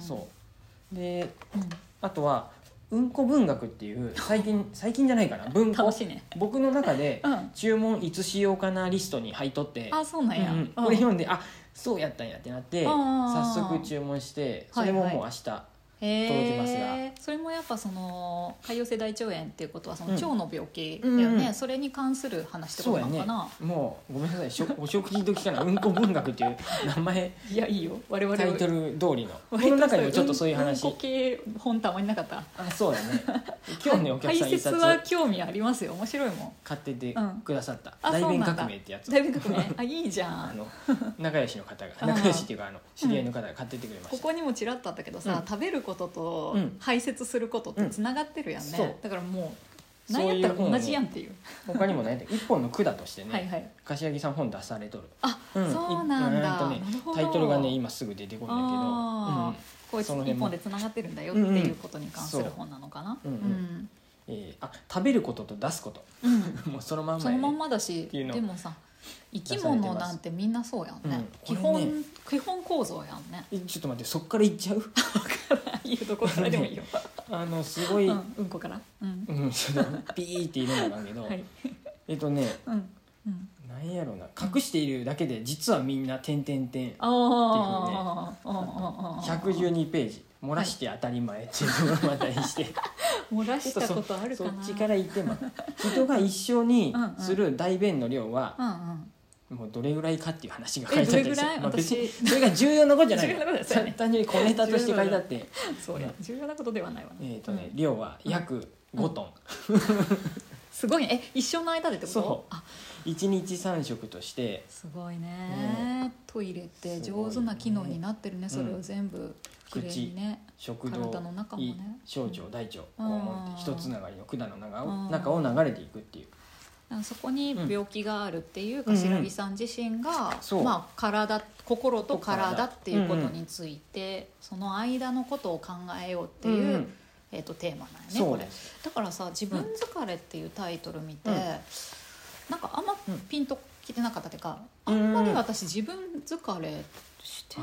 そうであとはうんこ文学っていう最近最近じゃないか な文庫楽しいね僕の中でうん注文いつしようかなリストに入っとってあそうなんや、うんううんんこれ読んであそうやったんやってなってあー早速注文してそれももう明日届きますがそれもやっぱその潰瘍性大腸炎っていうことはそのうん腸の病気だよね、うんそれに関する話ってこそうとやなのねかな、もうごめんなさ いしょお食事時からうんこ文学っていう名前いやいいよ我々タイトルル通りのこの中にもちょっとそういう話文庫系本たまになかったあそうだ ね今日ねお客さん解一説冊は興味ありますよ面白いもん買っててうんくださった「あ大そう便なんだ革命」ってやつだいぶ革命あいいじゃあんの仲良しの方 あがー仲良しっていうかあの知り合いの方が買ってってくれまこしこにもちらっとあったけどさ、うん食べることとうん排泄することってつながってるやんね、そうだからもうた何やったそういう本らを同じやんっていう他にもね一本の管としてはいねはい柏木さん本出されとるあ、うんそうなんだ、いうんとねなるほどタイトルがね今すぐ出てこないけどあーこうその一辺も本でつながってるんだよっていうことに関する本なのかな。う、うんうんそうんうんえーあ食べることと出す ことうん、もうそのまんそまやのねまんまだし、ていうのでもさ、生き物なんてみんなそうやんね。出さ基れてま本、すうん基本構造 やんね。えちょっと待ってそっから行っ ちゃういいよどこからでもいいよ。あのすごうい、うんん、うんこから。うん、ちょっとピーっているんだけど、はい、えっとねうん、うん。なんやろうな隠しているだけで実はみんな点点点ああ、ああ、ああ、 112ページ漏らして当たり前っていうのがまたに して漏らちょしっとたそことあるかそな。っちから言って も人が一生にする大便の量はうんうん。もうどれぐらいかっていう話が書いてあったりえどれぐらいまあ、別に私それが重要なことじゃない 重要なことですよね単純に小ネタとして書いてあってそうや、重要なことではないわな。えーとね、量は約5トン、すごいね。え、一生の間でってこと？そうあ、 1日3食としてすごいね、トイレって上手な機能になってるねすそごいれねを全部きれいにね、食道体の中もね胃小腸大腸肛門ってうん一つながりの管の中うをん中を流れていくっていうそこにうん病気があるっていうんううん柏木さん自身が、そうまあ、体心と体体っていうことについて、その間のことを考えようっていう、んえー、とテーマなんやねそこうれですだからさ「自分疲れ」っていうタイトル見て、うんなんかあんまうんピンときてなかったっていうか、うんあんまり私自分疲れして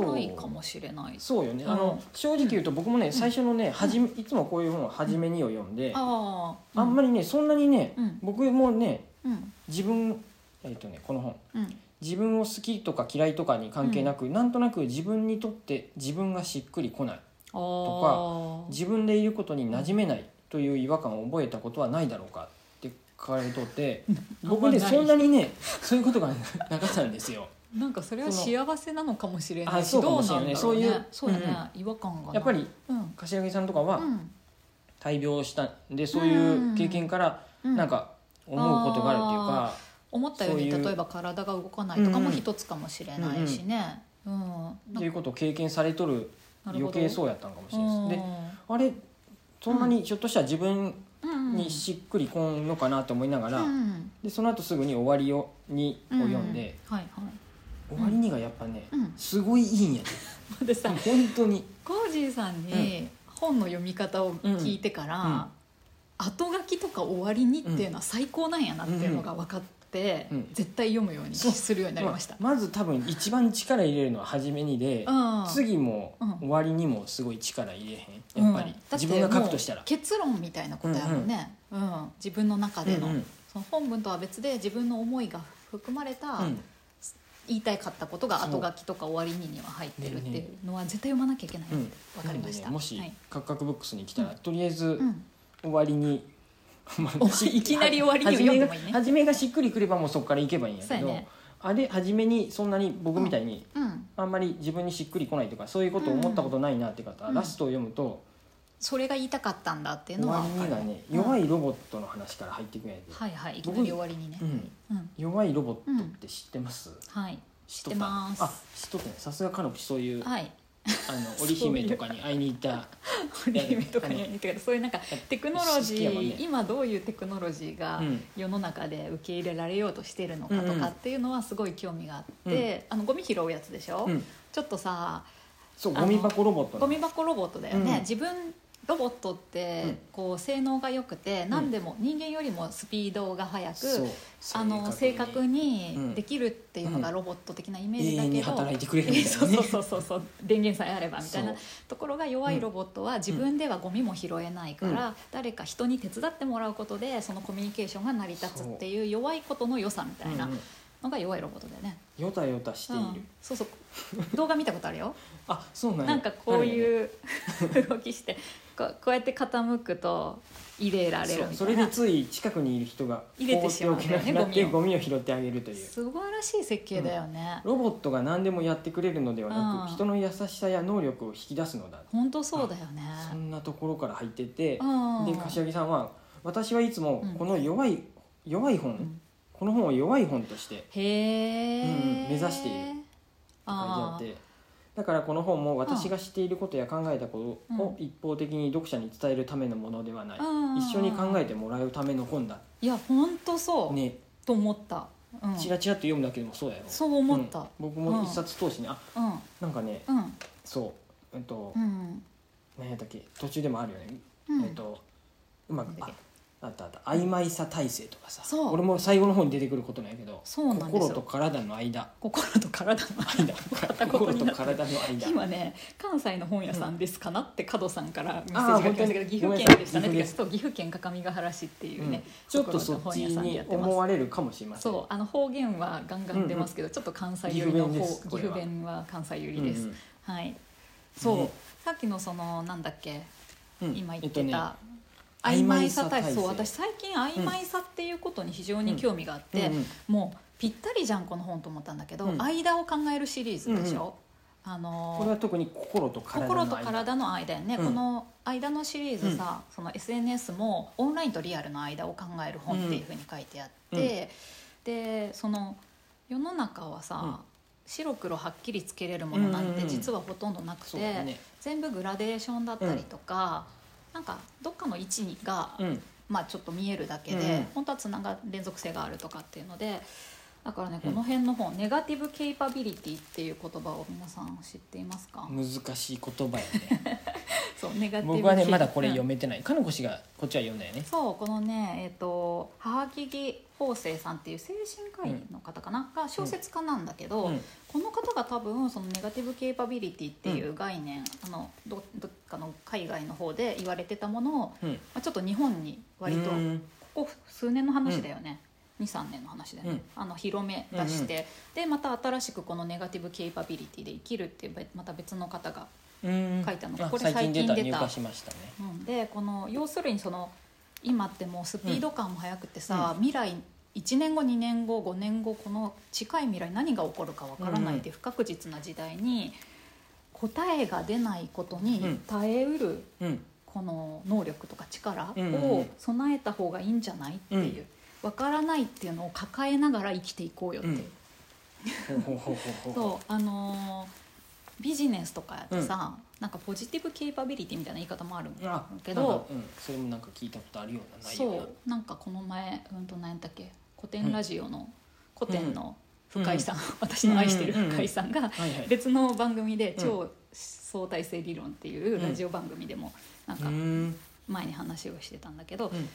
ないかもしれないそうよね、うんあの正直言うと僕もね最初のね、はじめいつもこういう本を「はじめに」を読んで、あああんまりりねそんなにね、うん僕もねうん自分えっ、とねこの本うん自分を好きとか嫌いとかに関係なく、なんとなく自分にとって自分がしっくりこないと自分でいることに馴染めないという違和感を覚えたことはないだろうかって書かれとって僕ねあんまないそんなにねそういうことがなかったんですよ。なんかそれは幸せなのかもしれないあしそうかどうもなしれんないだろうそういねうそうだうんね違和感がないやっぱりうん柏木さんとかはうん大病したんでそういう経験からうんなんか思うことがあるっていうか。思ったようにそういう例えば体が動かないとかもうんうん一つかもしれないしねうんっなていうことを経験されとるなる余ほど計そうやったのかもしうれないんです。であれそんなにひょっとしたら自分うんにしっくりこんのかなと思いながら、うんでその後すぐに「終わりを」にを読んでうんはいはい「終わりに」がやっぱね、うんすごいいいんやででさ本当にコージーさんに本の読み方を聞いてから、後書きとか終わりにっていうのは最高なんやなっていうのが分かって、うん絶対読むようにするようになりました。まあまず多分一番力入れるのは初めにで、うん次もうん終わりにもすごい力入れへんやっぱり、うんだって自分が書くとしたもらう。結論みたいなことやもんね、うん自分の中での,、うんうんその本文とは別で自分の思いが含まれた、うん言いたいかったことがそう後書きとか終わりにには入ってるっていうのは絶対読まなきゃいけないなうっんて分かりましなた。んでねもし、はいカクカクブックスに来たら、うんとりあえず、うん終わりにまあ おいきなり終わりにを読んでもいい初めねが初めがしっくりくればもうそこからいけばいいんやけそどうやねあれ初めにそんなに僕みたいにうん、あんまり自分にしっくりこないとかそういうこと思ったことないなって方は、うんラストを読むとそれが言いたかったんだっていう終のはわり分にかるがねうん弱いロボットの話から入っていくんやで、はいはいいきなり終わりにね、うん、うん、弱いロボットって知ってます、はい知っとてかますあ知っとってねさすが彼女そういうあ はいの織姫とかに会いに行 ったアニメとかに似てるそういうなんかテクノロジ好きやもんー、ね今どういうテクノロジーがうん世の中で受け入れられようとしているのかとうんうんかっていうのはすごい興味があって、あのゴミ拾うやつでしょ、うんちょっとさそうあのゴミ箱ロボットゴのミ箱ロボットだよね、うん自分ロボットって、うんこう性能が良くて何でも、人間よりもスピードが速く、そうあの正確うにんできるっていうのがうんロボット的なイメ永ージだ遠けにど、働いてくれるみたいなね そうそうそうそう電源さえあればみたいなそうところが弱いロボットは自分ではゴミも拾えないから、誰か人に手伝ってもらうことでそのコミュニケーションが成り立つっていう弱いことの良さみたいなうんうんのが弱いロボットだよね。よたよたしている、うんそうそう動画見たことあるよ。あそう なんやなんかこうあるよねいう 動きしてこうこうやって傾くと入れられるそうみそたれいでなつい近くにいる人が入れてしまうんだ放よねっておけなくなってゴゴミを拾ってあげると いう素晴らしい設計だよね、ロボットが何でもやってくれるのではなく、うん人の優しさや能力を引き出すのだ、本当そうだよねそんなところから入ってて、うんで柏木さんは私はいつもこの弱い、弱い本、うんこの本を弱い本としてへえ、うん目指しているって書いて書いあてあってだからこの本も私が知っていることや考えたことを一方的に読者に伝えるためのものではない、うん一緒に考えてもらうための本だ、ーいや本当そう、ねと思った、うん、チラチラっと読むだけでもそうだよそう思ったうん僕も一冊通してねあうんなんかねうんそうえっと、うん何やったっけ途中でもあるよね、うんえっとうまくなんだっあけあったあった曖昧さ体制とかさそう俺も最後の方に出てくることなんやけどそうなんですよ心と体の間心と 体の間間片言心にとなって体の間今ね関西の本屋さんですかなって角さんからメッセあーージが来ました本当けどに岐阜県でしたねごめんなさいそう岐阜県各務原市っていううんね、ちょっとそっちところの本屋さんでにやってます思われるかもしれませんそうあの方言はガンガン出ますけど、ちょっと関西寄りの方岐阜弁で岐すこれは阜弁は関西寄うりです、んうんはいそう、ねさっきのそのなんだっけうん今言っえてとねた、曖曖昧昧ささ体体制操私最近曖昧さっていうことに非常に興味があって、うんうんもうぴったりじゃんこの本と思ったんだけど、うん間を考えるシリーズでしょ、あのーこれは特に心と体の心間と体の間やね、うんこの間のシリーズさ、その SNS もオンラインとリアルの間を考える本っていうふうに書いてあって、でその世の中はさ、うん白黒はっきりつけれるものなんうんうんうてん実はほとんどなくて、そうだね全部グラデーションだったりとか、なんかどっかの位置にが、うんまあ、ちょっと見えるだけで、うん本当はつなが連続性があるとかっていうのでだからねこの辺の本、ネガティブ・ケイパビリティっていう言葉を皆さん知っていますか、難しい言 葉やねそうネガティブ僕はねまだこれうん読めてないかのこ氏がこっちは読んだよねそうこのねえっ、と母木木法生さんっていう精神科医の方かな、が小説家なんだけど、うんこの方が多分そのネガティブ・ケイパビリティっていう概念、あのどどっかの海外の方で言われてたものを、まうんあ、ちょっと日本に割とうんここ数年の話だよね、23年の話だよね、うんあの広め出して、でまた新しくこのネガティブ・ケイパビリティで生きるっていうべまた別の方がうん書いたのあこれ最近出た入荷しましたねうん、でこの要するにその今ってもうスピード感も速くてさ、未来1年後2年後5年後この近い未来何が起こるかわからないって不確実な時代に答えが出ないことに耐えうるうんこの能力とか力うんうんうをん備えた方がいいんじゃないっていうう分からないっていうのを抱えながら生きていこうよっていう。うんほうほうほうほうほうそうあのービジネスとかやってさ、なんかポジティブケイパビリティみたいな言い方もあるんだあけどなんかうん、それもなんか聞いたことあるような内容そうなんかこの前うんと何やったっけ古典ラジオの、古典の深井さん、 私の愛してる深井さんがはいはい別の番組でうん超相対性理論っていうラジオ番組でもなんうーかん前に話をしてたんだけどうん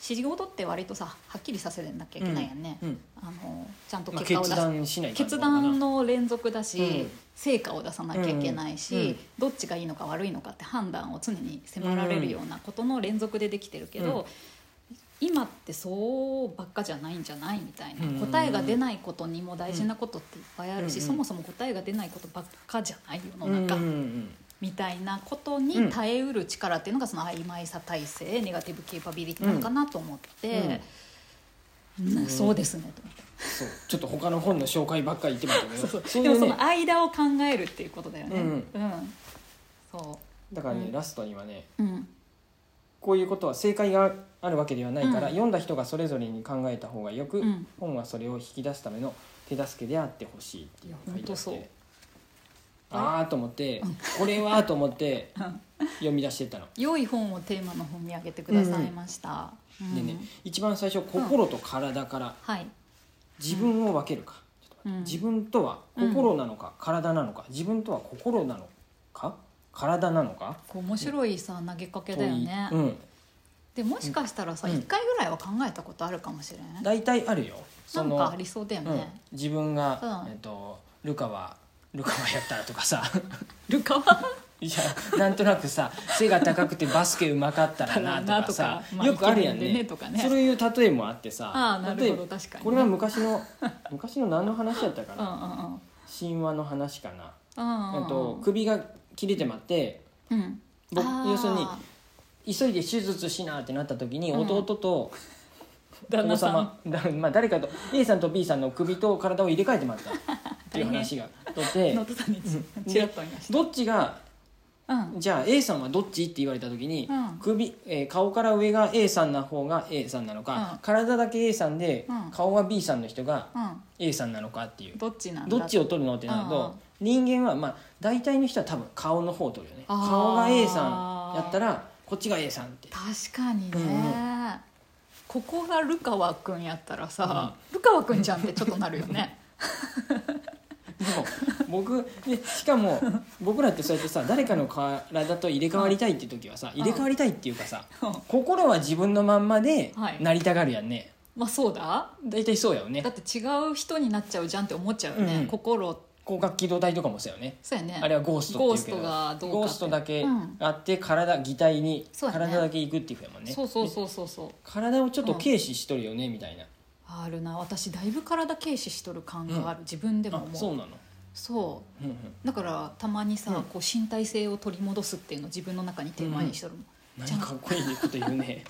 仕事って割とさはっきりさせなきゃいけないよね、うんあのちゃんとまあ結果を出決す断しないかん決断の連続だし、うん成果を出さなきゃいけないし、うんうんどっちがいいのか悪いのかって判断を常に迫られるようなことの連続でできてるけど、今ってそうばっかじゃないんじゃないみたいな、うん答えが出ないことにも大事なことっていっぱいあるし、うんそもそも答えが出ないことばっかじゃない世のうんうん中、うんみたいなことに耐えうる力っていうのがその曖昧さ体制ネガティブケイパビリティなのかなと思って、んうんそうですねと思って。そうちょっと他の本の紹介ばっかり言ってますけどそうそそうういでうもねその間を考えるっていうことだよねううんん、そだからね、うんラストにはねううんこういうことは正解があるわけではないから、うん読んだ人がそれぞれに考えた方がよく、うん本はそれを引き出すための手助けであってほしいっていうのが書いてあっいやほんとそうてああと思って、これはと思って読み出してったの。良い本をテーマの本にあげてくださいました、うんでね一番最初心と体からはい自分を分けるか、ちょっと待ってうん自分とは心なのか体なのか、自分とは心なのか体なのかこう面白いさ投げかけだよね、問いうん、でもしかしたらさ、うん一1回ぐらいは考えたことあるかもしれない、大体あるよそなんのかありそうだようんね、、自分が、うんえっと、ルカはルカはやったらとかさ ルカはいやなんとなくさ背が高くてバスケうまかったらなとかさなとかまあよくあるやんイケメねンでねとかねそういう例えもあってさああなるほど例え確かに、ね、これは昔 の昔の何の話だったかうんうな、んうん神話の話かな、うんうんえっと、首が切れてまってうん僕あー要するに急いで手術しなってなった時にうん弟と旦那さん王様だまあ、誰かと A さんと B さんの首と体を入れ替えてもらったっていう話がとっ てのとさんにちらっと見ました、どっちがうん、じゃあ A さんはどっちって言われた時に、うん首えー顔から上が A さんな方が A さんなのか、うん体だけ A さんで、うん顔が B さんの人がうん、 A さんなのかっていうどっちなんだどっちを取るのってなるうんうんと、人間はまあ大体の人は多分顔の方を取るよねあー顔が A さんやったらこっちが A さんって確かにね、うんここがルカワ君やったらさ、ルカワ君じゃんってちょっとなるよねもう僕でしかも僕らってそうやってさ誰かの体と入れ替わりたいって時はさうん入れ替わりたいっていうかさうん心は自分のまんまではいなりたがるやんねまあそうだ大体そうやよねだって違う人になっちゃうじゃんって思っちゃうよね、うん心広角機動隊とかもそうやよねそうやねあれはゴーストっていうけどゴーストがどうかってゴーストだけうんあって体擬態にそうやね体だけ行くっていうふうやもんねそうそうでそうそうそう体をちょっと軽視しとるよねみたいなあるな私だいぶ体軽視しとる感がある、自分でもあ思うそそううなのうんうんだからたまにさ、うんこう身体性を取り戻すっていうのを自分の中にテーマにしとるもん、何かっこいいこと言う ね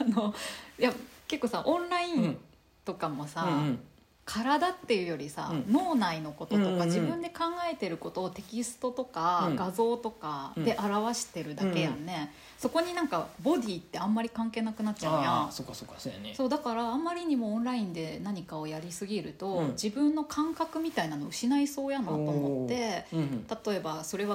あのいや結構さオンライうんうンんとかもさ、うん体っていうよりさ、うん脳内のこととか、うんうんうん自分で考えてることをテキストとか、うん画像とかで表してるだけやんね、そこになんかボディってあんまり関係なくなっちゃうやあんあそっかそっかそうやねそうだからあんまりにもオンラインで何かをやりすぎると、うん自分の感覚みたいなのを失いそうやなと思ってうんうん例えばそれは